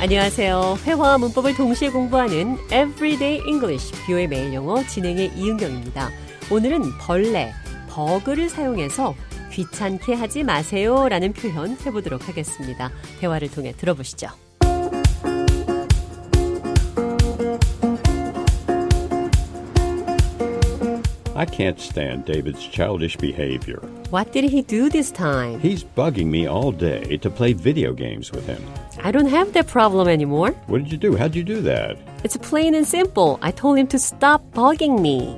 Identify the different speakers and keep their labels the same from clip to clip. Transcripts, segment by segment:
Speaker 1: 안녕하세요. 회화와 문법을 동시에 공부하는 Everyday English 뷰의 매일 영어 진행의 이은경입니다. 오늘은 벌레, 버그를 사용해서 귀찮게 하지 마세요 라는 표현 해보도록 하겠습니다. 대화를 통해 들어보시죠.
Speaker 2: I can't stand David's childish behavior.
Speaker 1: What did he do this time?
Speaker 2: He's bugging me all day to play video games with him.
Speaker 1: I don't have that problem anymore.
Speaker 2: What did you do? How'd you do that?
Speaker 1: It's plain and simple. I told him to stop bugging me.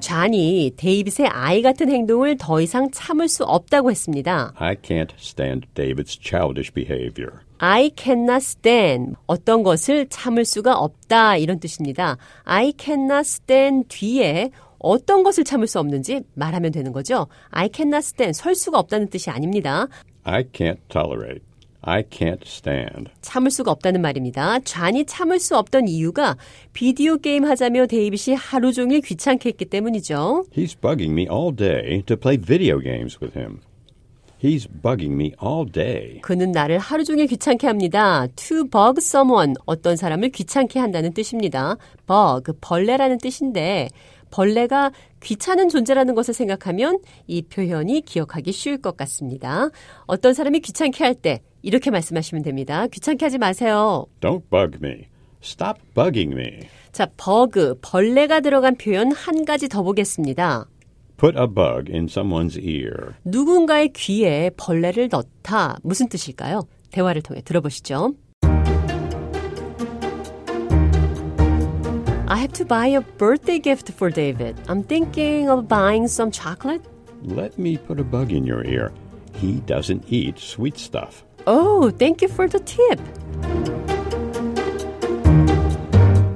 Speaker 1: 잔이 데이빗의 아이 같은 행동을 더 이상 참을 수 없다고 했습니다.
Speaker 2: I can't stand David's childish behavior.
Speaker 1: I cannot stand 어떤 것을 참을 수가 없다 이런 뜻입니다. I cannot stand 뒤에 어떤 것을 참을 수 없는지 말하면 되는 거죠. I cannot stand 설 수가 없다는 뜻이 아닙니다.
Speaker 2: I can't tolerate. I can't stand.
Speaker 1: 참을 수가 없다는 말입니다. 잔이 참을 수 없던 이유가 비디오 게임 하자며 데이빗이 하루 종일 귀찮게 했기 때문이죠.
Speaker 2: He's bugging me all day to play video games with him. He's bugging me all day.
Speaker 1: 그는 나를 하루 종일 귀찮게 합니다. To bug someone 어떤 사람을 귀찮게 한다는 뜻입니다. bug 벌레라는 뜻인데 벌레가 귀찮은 존재라는 것을 생각하면 이 표현이 기억하기 쉬울 것 같습니다. 어떤 사람이 귀찮게 할 때 이렇게 말씀하시면 됩니다. 귀찮게 하지 마세요.
Speaker 2: Don't bug me. Stop bugging me.
Speaker 1: 자, 버그 벌레가 들어간 표현 한 가지 더 보겠습니다.
Speaker 2: Put a bug in someone's ear.
Speaker 1: 누군가의 귀에 벌레를 넣다 무슨 뜻일까요? 대화를 통해 들어보시죠. I have to buy a birthday gift for David. I'm thinking of buying some chocolate.
Speaker 2: Let me put a bug in your ear. He doesn't eat sweet stuff.
Speaker 1: Oh, thank you for the tip.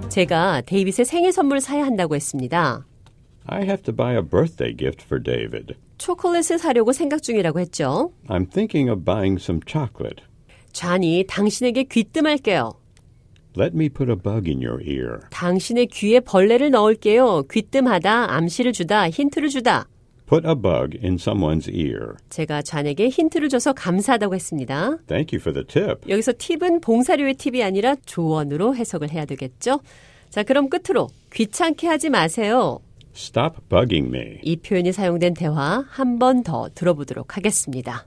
Speaker 1: 제가 데이빗의 생일 선물을 사야 한다고 했습니다.
Speaker 2: I have to buy a birthday gift for David.
Speaker 1: 초콜릿을 사려고 생각 중이라고 했죠.
Speaker 2: I'm thinking of buying some chocolate.
Speaker 1: 잔이 당신에게 귀뜸할게요.
Speaker 2: Let me put a bug in your ear.
Speaker 1: 당신의 귀에 벌레를 넣을게요. 귀뜸하다, 암시를 주다, 힌트를 주다.
Speaker 2: Put a bug in someone's ear.
Speaker 1: 제가 잔에게 힌트를 줘서 감사하다고 했습니다.
Speaker 2: Thank you for the tip.
Speaker 1: 여기서 팁은 봉사료의 팁이 아니라 조언으로 해석을 해야 되겠죠? 자, 그럼 끝으로 귀찮게 하지 마세요.
Speaker 2: Stop bugging me.
Speaker 1: 이 표현이 사용된 대화 한 번 더 들어보도록 하겠습니다.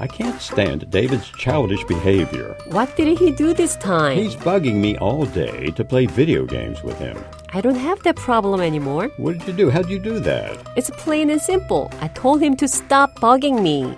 Speaker 2: I can't stand David's childish behavior.
Speaker 1: What did he do this time?
Speaker 2: He's bugging me all day to play video games with him.
Speaker 1: I don't have that problem anymore.
Speaker 2: What did you do? How'd you do that?
Speaker 1: It's plain and simple. I told him to stop bugging me.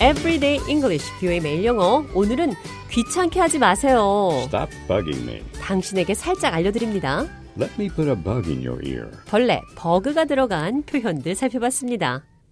Speaker 1: Everyday English, 뷰의 매일 영어. 오늘은 귀찮게 하지 마세요.
Speaker 2: Stop bugging me.
Speaker 1: 당신에게 살짝 알려드립니다.
Speaker 2: Let me put a bug in your ear.
Speaker 1: 벌레, 버그가 들어간 표현들 살펴봤습니다.